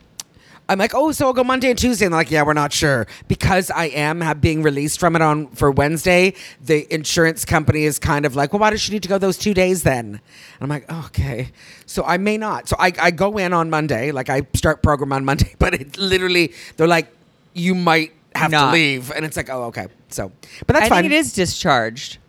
Speaker 2: I'm like, oh, so I'll go Monday and Tuesday, and they're like, yeah, we're not sure because I am have being released from it on for Wednesday. The insurance company is kind of like, well, why does she need to go those two days then? And I'm like, okay, so I may not. So I, I go in on Monday, like I start program on Monday, [laughs] but it literally they're like, you might have
Speaker 1: Not.
Speaker 2: to leave. And it's like, oh, okay. So, but that's
Speaker 1: I
Speaker 2: fine.
Speaker 1: think it is discharged.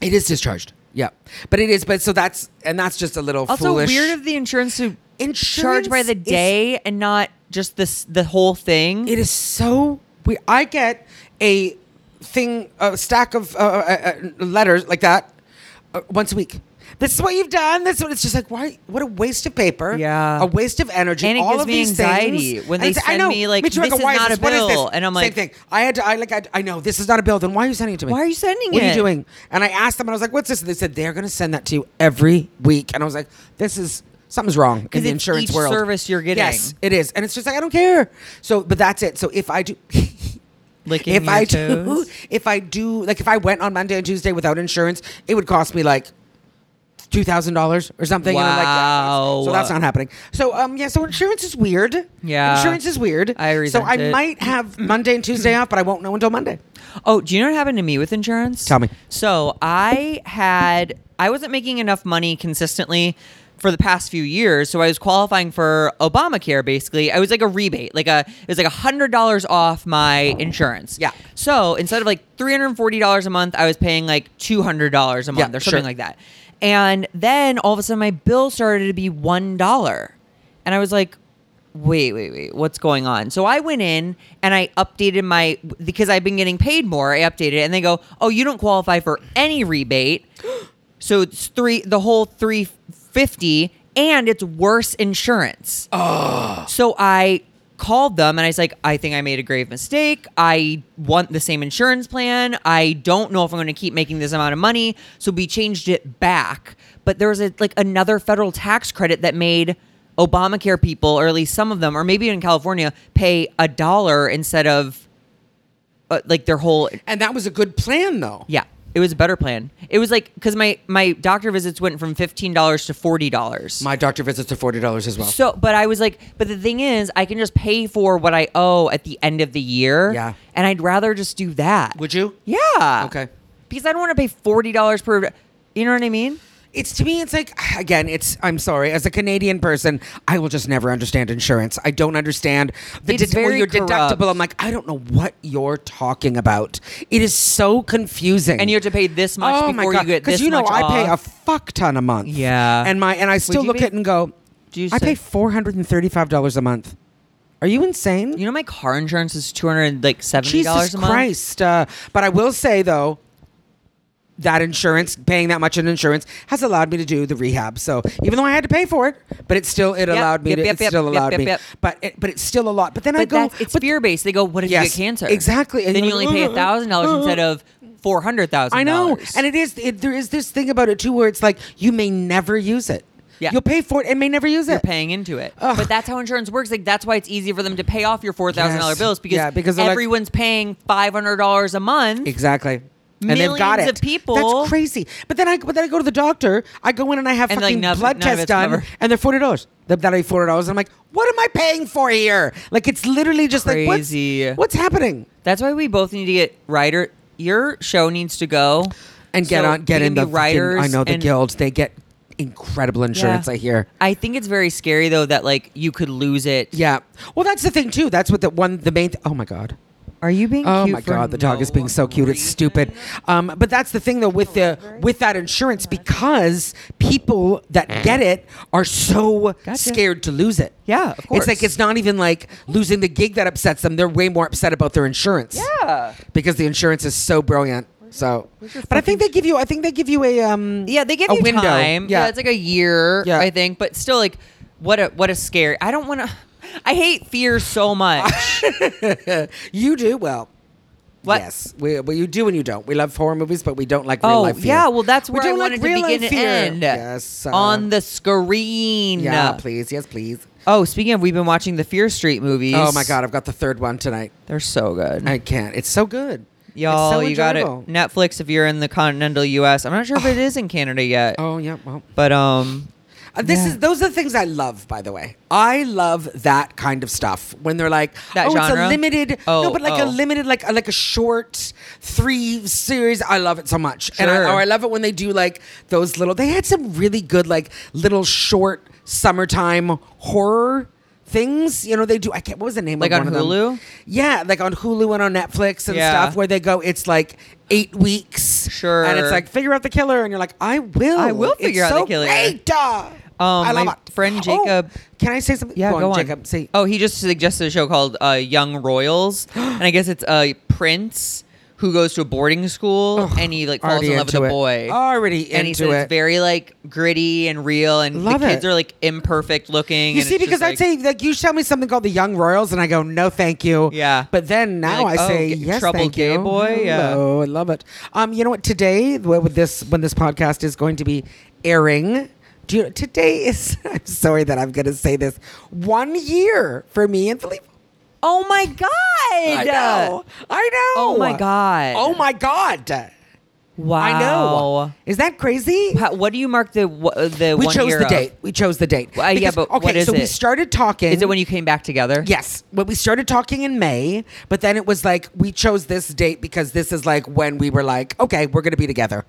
Speaker 2: It is discharged. Yeah. But it is, but so that's, and that's just a little
Speaker 1: Also,
Speaker 2: foolish.
Speaker 1: weird of the insurance to
Speaker 2: Insurance
Speaker 1: charge by the
Speaker 2: is-
Speaker 1: day and not just this the whole thing.
Speaker 2: It is so weird. I get a thing, a stack of uh, uh, uh, letters like that uh, once a week. This is what you've done. This is what it's just like. Why? What a waste of paper.
Speaker 1: Yeah.
Speaker 2: A waste of energy.
Speaker 1: And it
Speaker 2: all
Speaker 1: gives
Speaker 2: of
Speaker 1: me
Speaker 2: these
Speaker 1: anxiety
Speaker 2: things.
Speaker 1: when
Speaker 2: And
Speaker 1: they
Speaker 2: it's- I
Speaker 1: send
Speaker 2: know.
Speaker 1: me, like,
Speaker 2: too. I
Speaker 1: this
Speaker 2: go,
Speaker 1: is
Speaker 2: why
Speaker 1: not
Speaker 2: this?
Speaker 1: a
Speaker 2: What is this?
Speaker 1: bill. And I'm
Speaker 2: same
Speaker 1: like-
Speaker 2: thing. I had to. I like. I, I know this is not a bill. Then why are you sending it to me?
Speaker 1: Why are you sending
Speaker 2: What are
Speaker 1: it?
Speaker 2: you doing? And I asked them, and I was like, "What's this?" And they said they're going to send that to you every week. And I was like, "This is." Something's wrong in
Speaker 1: 'Cause
Speaker 2: the
Speaker 1: it's
Speaker 2: insurance
Speaker 1: each
Speaker 2: world.
Speaker 1: service you're getting.
Speaker 2: Yes, it is, and it's just like I don't care. So, but that's it. So if I do, [laughs]
Speaker 1: Licking
Speaker 2: if
Speaker 1: your
Speaker 2: I
Speaker 1: toes.
Speaker 2: do, [laughs] if I do, like if I went on Monday and Tuesday without insurance, it would cost me like two thousand dollars or something. And I'm like, yeah,
Speaker 1: Wow.
Speaker 2: so that's not happening. So um, yeah. So insurance is weird.
Speaker 1: Yeah.
Speaker 2: insurance is weird.
Speaker 1: I
Speaker 2: so
Speaker 1: resent
Speaker 2: I
Speaker 1: it.
Speaker 2: might have Monday
Speaker 1: [clears throat]
Speaker 2: and Tuesday off, but I won't know until Monday.
Speaker 1: Oh, do you know what happened to me with insurance?
Speaker 2: Tell me.
Speaker 1: So I had I wasn't making enough money consistently for the past few years, so I was qualifying for Obamacare. Basically, I was like a rebate, like a it was like a hundred dollars off my insurance.
Speaker 2: Yeah.
Speaker 1: So instead of like three hundred and forty dollars a month, I was paying like two hundred dollars a month or something
Speaker 2: sure.
Speaker 1: like that. And then all of a sudden, my bill started to be one dollar, and I was like, wait, wait, wait, what's going on? So I went in and I updated my because I've been getting paid more. I updated it, and they go, "Oh, you don't qualify for any rebate." So it's three, the whole three fifty, and it's worse insurance. So I called them and I was like, I think I made a grave mistake. I want the same insurance plan. I don't know if I'm going to keep making this amount of money. So we changed it back. But there was a, like another federal tax credit that made Obamacare people, or at least some of them, or maybe in California, pay a dollar instead of uh, like their whole
Speaker 2: And that was a good plan, though.
Speaker 1: yeah, it was a better plan. It was like because my my doctor visits went from fifteen dollars to forty dollars.
Speaker 2: My doctor visits are forty dollars as well.
Speaker 1: So, but I was like, but the thing is, I can just pay for what I owe at the end of the year.
Speaker 2: Yeah.
Speaker 1: and I'd rather just do that.
Speaker 2: Would you?
Speaker 1: Yeah.
Speaker 2: Okay.
Speaker 1: Because I don't want to pay forty dollars per. You know what I mean?
Speaker 2: It's to me, it's like again, it's I'm sorry, as a Canadian person, I will just never understand insurance. I don't understand the
Speaker 1: It's
Speaker 2: or
Speaker 1: very
Speaker 2: your
Speaker 1: corrupt.
Speaker 2: deductible. I'm like, I don't know what you're talking about. It is so confusing.
Speaker 1: And you have to pay this much
Speaker 2: oh my
Speaker 1: before
Speaker 2: God.
Speaker 1: you get this
Speaker 2: you know
Speaker 1: much
Speaker 2: I pay a
Speaker 1: off.
Speaker 2: fuck ton a month.
Speaker 1: Yeah.
Speaker 2: and my and I still
Speaker 1: you
Speaker 2: look
Speaker 1: be-
Speaker 2: at it and go,
Speaker 1: Do you
Speaker 2: I
Speaker 1: say-
Speaker 2: pay four hundred and thirty five dollars a month. Are you insane?
Speaker 1: You know, my car insurance is two hundred like seventy
Speaker 2: Jesus
Speaker 1: dollars a month.
Speaker 2: Christ. Uh, but I will say, though, that insurance, paying that much in insurance, has allowed me to do the rehab. So even though I had to pay for it, but it still
Speaker 1: Yep,
Speaker 2: it allowed me.
Speaker 1: yep,
Speaker 2: to,
Speaker 1: yep,
Speaker 2: it
Speaker 1: yep,
Speaker 2: still
Speaker 1: yep,
Speaker 2: allowed
Speaker 1: yep,
Speaker 2: me.
Speaker 1: yep.
Speaker 2: But it, but it's still a lot. But then I
Speaker 1: But
Speaker 2: go.
Speaker 1: that's, it's
Speaker 2: but
Speaker 1: fear based. They go, what if you
Speaker 2: Yes,
Speaker 1: get cancer?
Speaker 2: exactly. And
Speaker 1: Then you
Speaker 2: you're
Speaker 1: only
Speaker 2: like,
Speaker 1: pay
Speaker 2: "Uh,
Speaker 1: a thousand
Speaker 2: [laughs]
Speaker 1: dollars
Speaker 2: uh,
Speaker 1: instead of four hundred thousand.
Speaker 2: I know, and it is. It, there is this thing about it too, where it's like you may never use it.
Speaker 1: Yeah.
Speaker 2: you'll pay for it and may never use
Speaker 1: you're
Speaker 2: it.
Speaker 1: paying into it.
Speaker 2: Ugh.
Speaker 1: But that's how insurance works. Like that's why it's easy for them to pay off your four thousand dollars
Speaker 2: Yes.
Speaker 1: bills because,
Speaker 2: Yeah, because they're like-
Speaker 1: everyone's paying five hundred dollars a month.
Speaker 2: Exactly. And they've got it.
Speaker 1: Millions of people.
Speaker 2: That's crazy. But then I but then I go to the doctor. I go in and I have
Speaker 1: And, like,
Speaker 2: fucking
Speaker 1: nothing-
Speaker 2: blood
Speaker 1: none of
Speaker 2: tests
Speaker 1: it's
Speaker 2: done,
Speaker 1: covered.
Speaker 2: and they're forty dollars. That'll be forty dollars. I'm like, what am I paying for here? Like it's literally just
Speaker 1: Crazy.
Speaker 2: like what's, what's happening?
Speaker 1: That's why we both need to get writer. Your show needs to go
Speaker 2: And get
Speaker 1: So
Speaker 2: on, get
Speaker 1: we
Speaker 2: in
Speaker 1: can
Speaker 2: the
Speaker 1: be
Speaker 2: writers. I know the
Speaker 1: and-
Speaker 2: guilds. They get incredible insurance.
Speaker 1: Yeah.
Speaker 2: I hear.
Speaker 1: I think it's very scary though that like you could lose it.
Speaker 2: Yeah. Well, that's the thing too. That's what the one the main. Th- oh my god.
Speaker 1: Are you being?
Speaker 2: Oh
Speaker 1: cute
Speaker 2: my
Speaker 1: for
Speaker 2: god, the dog is being
Speaker 1: no
Speaker 2: so cute. It's stupid.
Speaker 1: reason?
Speaker 2: Um, but that's the thing though with the with that insurance because people that get it are so
Speaker 1: Gotcha.
Speaker 2: scared to lose it.
Speaker 1: Yeah, of course.
Speaker 2: It's like it's not even like losing the gig that upsets them. They're way more upset about their insurance.
Speaker 1: Yeah.
Speaker 2: Because the insurance is so brilliant. So,
Speaker 1: your
Speaker 2: but I think they give you. I think they give you a. Um,
Speaker 1: Yeah, they give
Speaker 2: a
Speaker 1: you
Speaker 2: window.
Speaker 1: time. Yeah. it's like a year,
Speaker 2: Yeah.
Speaker 1: I think. But still, like, what a what a scary. I don't want to. I hate fear so much.
Speaker 2: [laughs] you do well.
Speaker 1: What?
Speaker 2: Yes, we, well, you do and you don't. We love horror movies, but we don't like real
Speaker 1: Oh
Speaker 2: life fear.
Speaker 1: yeah, well that's where
Speaker 2: we
Speaker 1: I
Speaker 2: don't
Speaker 1: wanted
Speaker 2: like real
Speaker 1: to begin
Speaker 2: life
Speaker 1: and
Speaker 2: fear.
Speaker 1: end.
Speaker 2: Yes, uh,
Speaker 1: on the screen.
Speaker 2: Yeah, please. Yes, please.
Speaker 1: Oh, speaking of, we've been watching the Fear Street movies.
Speaker 2: Oh my god, I've got the third one tonight.
Speaker 1: they're so good,
Speaker 2: I can't. It's so good. It's
Speaker 1: y'all.
Speaker 2: so
Speaker 1: you got it.
Speaker 2: enjoyable.
Speaker 1: Netflix if you're in the continental U.S. I'm not sure if it is in Canada yet,
Speaker 2: Oh yeah. Well,
Speaker 1: but um,
Speaker 2: uh, this
Speaker 1: Yeah.
Speaker 2: is those are the things I love. By the way, I love that kind of stuff when they're like,
Speaker 1: That
Speaker 2: oh,
Speaker 1: genre?
Speaker 2: it's a limited. no,
Speaker 1: Oh,
Speaker 2: but like a
Speaker 1: oh.
Speaker 2: limited, like a, like a short three series. I love it so much, and I,
Speaker 1: Sure.
Speaker 2: or I love it when they do like those little. They had some really good like little short summertime horror. Things you know they do. I can't. What was the name
Speaker 1: Like
Speaker 2: of
Speaker 1: on
Speaker 2: one of them?
Speaker 1: Hulu?
Speaker 2: Yeah, like on Hulu and on Netflix and
Speaker 1: Yeah.
Speaker 2: stuff, where they go. It's like eight weeks,
Speaker 1: Sure.
Speaker 2: and it's like figure out the killer, and you're like, I will.
Speaker 1: I will
Speaker 2: It's
Speaker 1: figure out the
Speaker 2: so
Speaker 1: killer.
Speaker 2: Great. Duh.
Speaker 1: Um,
Speaker 2: I love
Speaker 1: my
Speaker 2: it.
Speaker 1: friend
Speaker 2: Oh,
Speaker 1: Jacob-
Speaker 2: can I say something?
Speaker 1: yeah,
Speaker 2: go, on,
Speaker 1: on.
Speaker 2: Jacob. Say,
Speaker 1: Oh, he just suggested a show called uh, Young
Speaker 2: [gasps]
Speaker 1: Royals, and I guess it's a prince who goes to a boarding school and he like falls
Speaker 2: already
Speaker 1: in love with
Speaker 2: into
Speaker 1: a
Speaker 2: it.
Speaker 1: boy.
Speaker 2: Oh, Already into
Speaker 1: and he said
Speaker 2: it.
Speaker 1: it's very like gritty and real, and
Speaker 2: Love
Speaker 1: the kids
Speaker 2: it.
Speaker 1: are like imperfect looking.
Speaker 2: you
Speaker 1: and
Speaker 2: see,
Speaker 1: it's just,
Speaker 2: because I'd
Speaker 1: like-
Speaker 2: say like you show me something called the Young Royals, and I go, no, thank you.
Speaker 1: Yeah.
Speaker 2: But then now
Speaker 1: like,
Speaker 2: I
Speaker 1: oh,
Speaker 2: say,
Speaker 1: get-
Speaker 2: yes,
Speaker 1: troubled
Speaker 2: thank
Speaker 1: gay
Speaker 2: you.
Speaker 1: boy, yeah.
Speaker 2: Hello, I love it. Um, you know what? Today, wh- with this, when this podcast is going to be airing. Do you, today is, [laughs] I'm sorry that I'm going to say this, one year for me and Felipe.
Speaker 1: oh my god!
Speaker 2: I know. I know.
Speaker 1: Oh my God.
Speaker 2: Oh my God.
Speaker 1: Wow.
Speaker 2: I know. Is that crazy?
Speaker 1: How, what do you mark the wh- uh, the
Speaker 2: we
Speaker 1: one
Speaker 2: chose
Speaker 1: year
Speaker 2: the
Speaker 1: of?
Speaker 2: date. We chose the date.
Speaker 1: Well, uh, yeah, but
Speaker 2: okay,
Speaker 1: what is
Speaker 2: so we
Speaker 1: it?
Speaker 2: started talking.
Speaker 1: Is it when you came back together?
Speaker 2: Yes, when we started talking in May, but then it was like we chose this date because this is like when we were like, okay, we're gonna be together.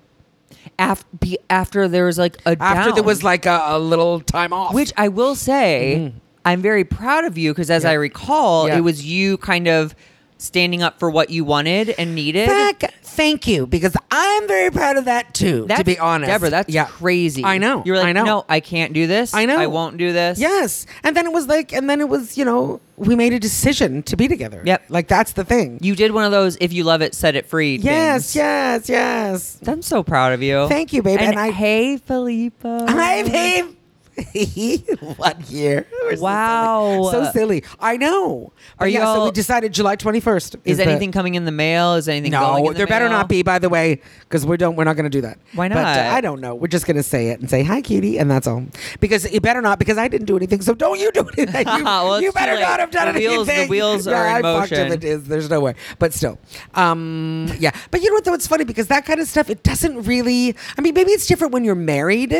Speaker 1: After be, after there was like a
Speaker 2: After there
Speaker 1: down.
Speaker 2: was like a, a little time off,
Speaker 1: which I will say, I'm very proud of you because as I recall,
Speaker 2: Yeah.
Speaker 1: it was you kind of standing up for what you wanted and needed.
Speaker 2: Fuck, Thank you, because I'm very proud of that too. to
Speaker 1: That's-
Speaker 2: be honest,
Speaker 1: Deborah, that's
Speaker 2: Yeah.
Speaker 1: crazy.
Speaker 2: I know.
Speaker 1: You're like,
Speaker 2: I know.
Speaker 1: no, I can't do this.
Speaker 2: I know.
Speaker 1: I won't do this.
Speaker 2: Yes, and then it was like, and then it was, you know, we made a decision to be together.
Speaker 1: Yep.
Speaker 2: like that's the thing.
Speaker 1: You did one of those. If you love it, set it free.
Speaker 2: yes,
Speaker 1: things.
Speaker 2: yes, yes.
Speaker 1: I'm so proud of you.
Speaker 2: Thank you, babe.
Speaker 1: And,
Speaker 2: And I-
Speaker 1: hey, Filippo.
Speaker 2: Hi, babe. [laughs] One year. We're so
Speaker 1: Wow.
Speaker 2: silly. So silly. I know. But
Speaker 1: Are
Speaker 2: yeah, So
Speaker 1: y'all-
Speaker 2: we decided July twenty first.
Speaker 1: Is anything coming in the mail? Is anything going
Speaker 2: No,
Speaker 1: in the
Speaker 2: there better
Speaker 1: mail?
Speaker 2: not be. By the way, because we don't. We're not going to do that.
Speaker 1: Why
Speaker 2: But,
Speaker 1: not?
Speaker 2: uh, I don't know. We're just going to say it and say hi, cutie, and that's all. Because it better not. Because I didn't do anything. So don't [laughs] you do anything.
Speaker 1: [laughs]
Speaker 2: You,
Speaker 1: Well, it's
Speaker 2: you
Speaker 1: too
Speaker 2: better
Speaker 1: late.
Speaker 2: not have done
Speaker 1: The wheels- the
Speaker 2: anything.
Speaker 1: wheels
Speaker 2: Yeah,
Speaker 1: are in
Speaker 2: I fucked up.
Speaker 1: motion.
Speaker 2: It is. There's no way. But still, um, yeah. But you know what? Though it's funny because that kind of stuff. It doesn't really. I mean, maybe it's different when you're married.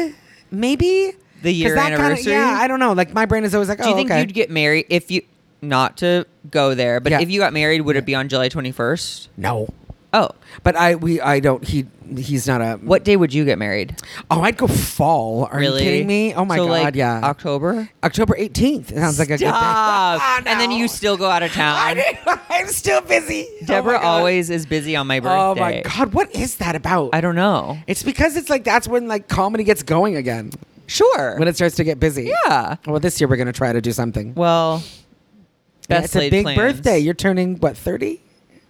Speaker 2: Maybe.
Speaker 1: The
Speaker 2: 'Cause
Speaker 1: year
Speaker 2: that kinda-
Speaker 1: anniversary?
Speaker 2: yeah, I don't know. Like my brain is always like,
Speaker 1: Do you
Speaker 2: oh,
Speaker 1: think
Speaker 2: okay.
Speaker 1: you'd get married if you not to go there? But
Speaker 2: Yeah.
Speaker 1: if you got married, would it be on July 21st?
Speaker 2: no.
Speaker 1: Oh,
Speaker 2: But I we I don't he he's not a
Speaker 1: what day would you get married?
Speaker 2: Oh, I'd go fall. Are
Speaker 1: Really?
Speaker 2: you kidding me? Oh my
Speaker 1: So,
Speaker 2: god,
Speaker 1: like,
Speaker 2: yeah.
Speaker 1: October.
Speaker 2: October 18th. It sounds like a good day. [laughs]
Speaker 1: Stop.
Speaker 2: Ah,
Speaker 1: And then
Speaker 2: no.
Speaker 1: you still go out of
Speaker 2: I
Speaker 1: town.
Speaker 2: didn't- [laughs] I'm still busy. Oh,
Speaker 1: Deborah
Speaker 2: my God.
Speaker 1: always is busy on my birthday.
Speaker 2: Oh my god, what is that about?
Speaker 1: I don't know.
Speaker 2: It's because it's like that's when like comedy gets going again.
Speaker 1: Sure.
Speaker 2: When it starts to get busy.
Speaker 1: yeah.
Speaker 2: Well, this year we're gonna try to do something.
Speaker 1: Well,
Speaker 2: Yeah,
Speaker 1: best
Speaker 2: it's a
Speaker 1: laid
Speaker 2: big
Speaker 1: plans.
Speaker 2: birthday. You're turning what 30?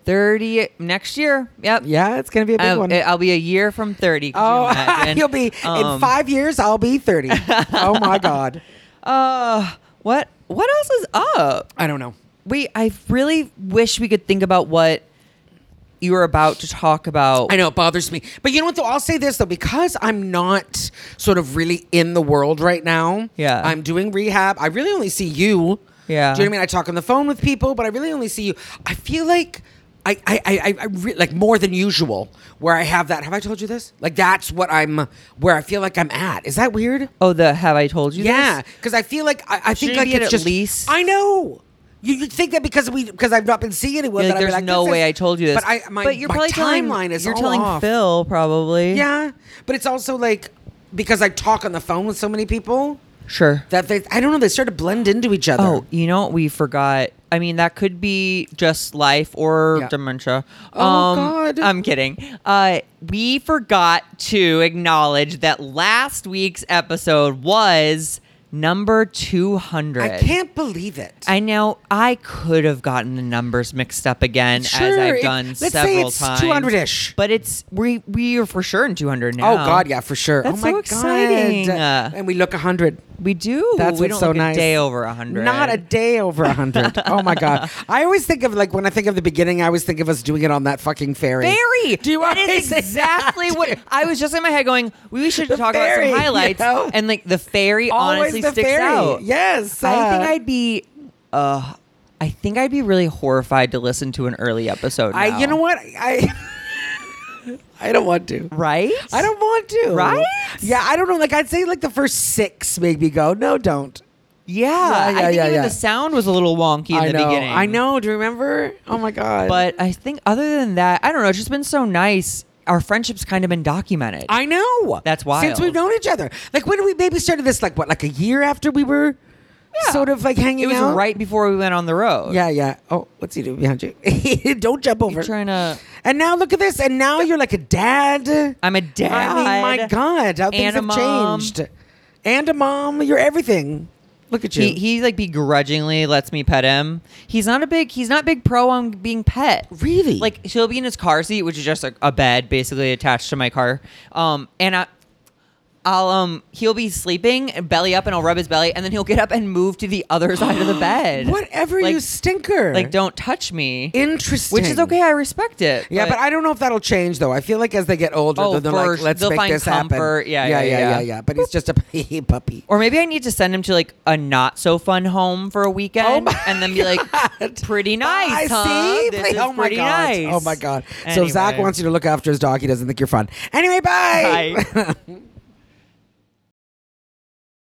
Speaker 1: 30 next year. Yep.
Speaker 2: Yeah, it's gonna be a big
Speaker 1: I'll,
Speaker 2: one.
Speaker 1: I'll be a year from 30. could you
Speaker 2: oh, [laughs]
Speaker 1: imagine?
Speaker 2: you'll be in
Speaker 1: Um,
Speaker 2: five years. I'll
Speaker 1: [laughs]
Speaker 2: be 30. oh my god.
Speaker 1: Uh, what what else is up?
Speaker 2: I don't know.
Speaker 1: We I really wish we could think about what you were about to talk about.
Speaker 2: I know it bothers me. But you know what though? I'll say this though, because I'm not sort of really in the world right now.
Speaker 1: Yeah.
Speaker 2: I'm doing rehab. I really only see you.
Speaker 1: Yeah.
Speaker 2: Do you know what I mean? I talk on the phone with people, but I really only see you. I feel like I I I, I- I re- like more than usual where I have that. Have I told you this? Like that's what I'm where I feel like I'm at. Is that weird?
Speaker 1: Oh, the have I told you?
Speaker 2: Yeah,
Speaker 1: this?
Speaker 2: because I feel like I, I think
Speaker 1: Shouldn't
Speaker 2: like
Speaker 1: it be at
Speaker 2: it's
Speaker 1: at
Speaker 2: just
Speaker 1: least?
Speaker 2: I know. You, you'd think that because we because I've not been seeing anyone.
Speaker 1: You're
Speaker 2: that
Speaker 1: like,
Speaker 2: I'd be
Speaker 1: there's
Speaker 2: like,
Speaker 1: no
Speaker 2: this
Speaker 1: way
Speaker 2: is-
Speaker 1: I told you this.
Speaker 2: But I my,
Speaker 1: but you're
Speaker 2: my
Speaker 1: probably
Speaker 2: timeline
Speaker 1: telling,
Speaker 2: is
Speaker 1: you're
Speaker 2: all
Speaker 1: telling
Speaker 2: off.
Speaker 1: Phil probably.
Speaker 2: Yeah, but it's also like because I talk on the phone with so many people
Speaker 1: Sure.
Speaker 2: that they I don't know they start to blend into each other.
Speaker 1: Oh, you know what we forgot? I mean, that could be just life or
Speaker 2: Yeah.
Speaker 1: dementia. Um,
Speaker 2: Oh, God.
Speaker 1: I'm kidding. Uh, we forgot to acknowledge that last week's episode was number 200.
Speaker 2: I can't believe it.
Speaker 1: I know I could have gotten the numbers mixed up again as
Speaker 2: Sure,
Speaker 1: I've
Speaker 2: it-
Speaker 1: done
Speaker 2: let's say
Speaker 1: several
Speaker 2: it's
Speaker 1: times.
Speaker 2: 200-ish.
Speaker 1: But it's we we are for sure in 200 now.
Speaker 2: Oh God, yeah, for sure.
Speaker 1: That's
Speaker 2: oh my
Speaker 1: so exciting.
Speaker 2: God. And we look hundred.
Speaker 1: We do.
Speaker 2: That's
Speaker 1: we
Speaker 2: what's
Speaker 1: don't
Speaker 2: so
Speaker 1: look
Speaker 2: nice.
Speaker 1: a day over 100.
Speaker 2: Not a day over hundred.
Speaker 1: [laughs]
Speaker 2: oh my God. I always think of like when I think of the beginning, I always think of us doing it on that fucking ferry.
Speaker 1: Ferry.
Speaker 2: Do you
Speaker 1: that
Speaker 2: always
Speaker 1: is
Speaker 2: say
Speaker 1: exactly
Speaker 2: that?
Speaker 1: what I was just in my head going. We should
Speaker 2: [laughs] The
Speaker 1: talk about
Speaker 2: ferry, you
Speaker 1: some highlights,
Speaker 2: know?
Speaker 1: and like the fairy
Speaker 2: Always
Speaker 1: honestly
Speaker 2: the
Speaker 1: sticks
Speaker 2: ferry.
Speaker 1: out.
Speaker 2: Yes.
Speaker 1: I think
Speaker 2: uh,
Speaker 1: I'd be. Uh, I think I'd be really horrified to listen to an early episode. now.
Speaker 2: uh, I. You know what? I. [laughs] I don't want to.
Speaker 1: Right?
Speaker 2: I don't want to.
Speaker 1: Right?
Speaker 2: Yeah, I don't know. Like I'd say like the first six make me go, no, don't.
Speaker 1: Yeah,
Speaker 2: Yeah, yeah,
Speaker 1: I think
Speaker 2: yeah,
Speaker 1: even
Speaker 2: yeah.
Speaker 1: the sound was a little wonky in
Speaker 2: I
Speaker 1: the
Speaker 2: know.
Speaker 1: beginning.
Speaker 2: I know. Do you remember? Oh my god.
Speaker 1: but I think other than that, I don't know. It's just been so nice. Our friendship's kind of been documented.
Speaker 2: I know.
Speaker 1: That's
Speaker 2: Since
Speaker 1: wild.
Speaker 2: we've known each other. Like when did we maybe started this like what, like a year after we were
Speaker 1: Yeah.
Speaker 2: sort of like hanging
Speaker 1: it was
Speaker 2: out?
Speaker 1: right before we went on the road.
Speaker 2: Yeah, yeah. Oh, what's he doing behind you? [laughs] don't jump over.
Speaker 1: You're trying to.
Speaker 2: and now look at this. And now you're like a dad.
Speaker 1: I'm a dad.
Speaker 2: I mean, my God, how
Speaker 1: And
Speaker 2: things
Speaker 1: a
Speaker 2: have
Speaker 1: mom.
Speaker 2: changed. And a mom, you're everything. Look at you.
Speaker 1: He, he like begrudgingly lets me pet him. He's not a big he's not big pro on being pet.
Speaker 2: really?
Speaker 1: Like he'll be in his car seat, which is just a, a bed basically attached to my car. Um, and I, I'll um he'll be sleeping belly up, and I'll rub his belly, and then he'll get up and move to the other side of
Speaker 2: [gasps]
Speaker 1: the bed.
Speaker 2: Whatever
Speaker 1: Like-
Speaker 2: you stinker.
Speaker 1: Like don't touch me.
Speaker 2: Interesting.
Speaker 1: Which is okay. I respect it.
Speaker 2: Yeah, but, I don't know if that'll change though. I feel like as they get older,
Speaker 1: Oh,
Speaker 2: they'll, they're
Speaker 1: for
Speaker 2: like, let's
Speaker 1: they'll
Speaker 2: make
Speaker 1: find
Speaker 2: this
Speaker 1: comfort.
Speaker 2: happen.
Speaker 1: Yeah,
Speaker 2: yeah,
Speaker 1: yeah,
Speaker 2: yeah,
Speaker 1: yeah.
Speaker 2: But he's just a [laughs] p- puppy.
Speaker 1: Or maybe I need to send him to like a not so fun home for a weekend
Speaker 2: Oh my
Speaker 1: and then be like, pretty
Speaker 2: I
Speaker 1: nice. huh?
Speaker 2: Ah, see.
Speaker 1: This
Speaker 2: Please-
Speaker 1: is
Speaker 2: oh my
Speaker 1: pretty
Speaker 2: god.
Speaker 1: nice.
Speaker 2: Oh my god. So if Zach
Speaker 1: Anyway.
Speaker 2: [laughs] wants you to look after his dog. He doesn't think you're fun. Anyway, bye.
Speaker 1: Bye.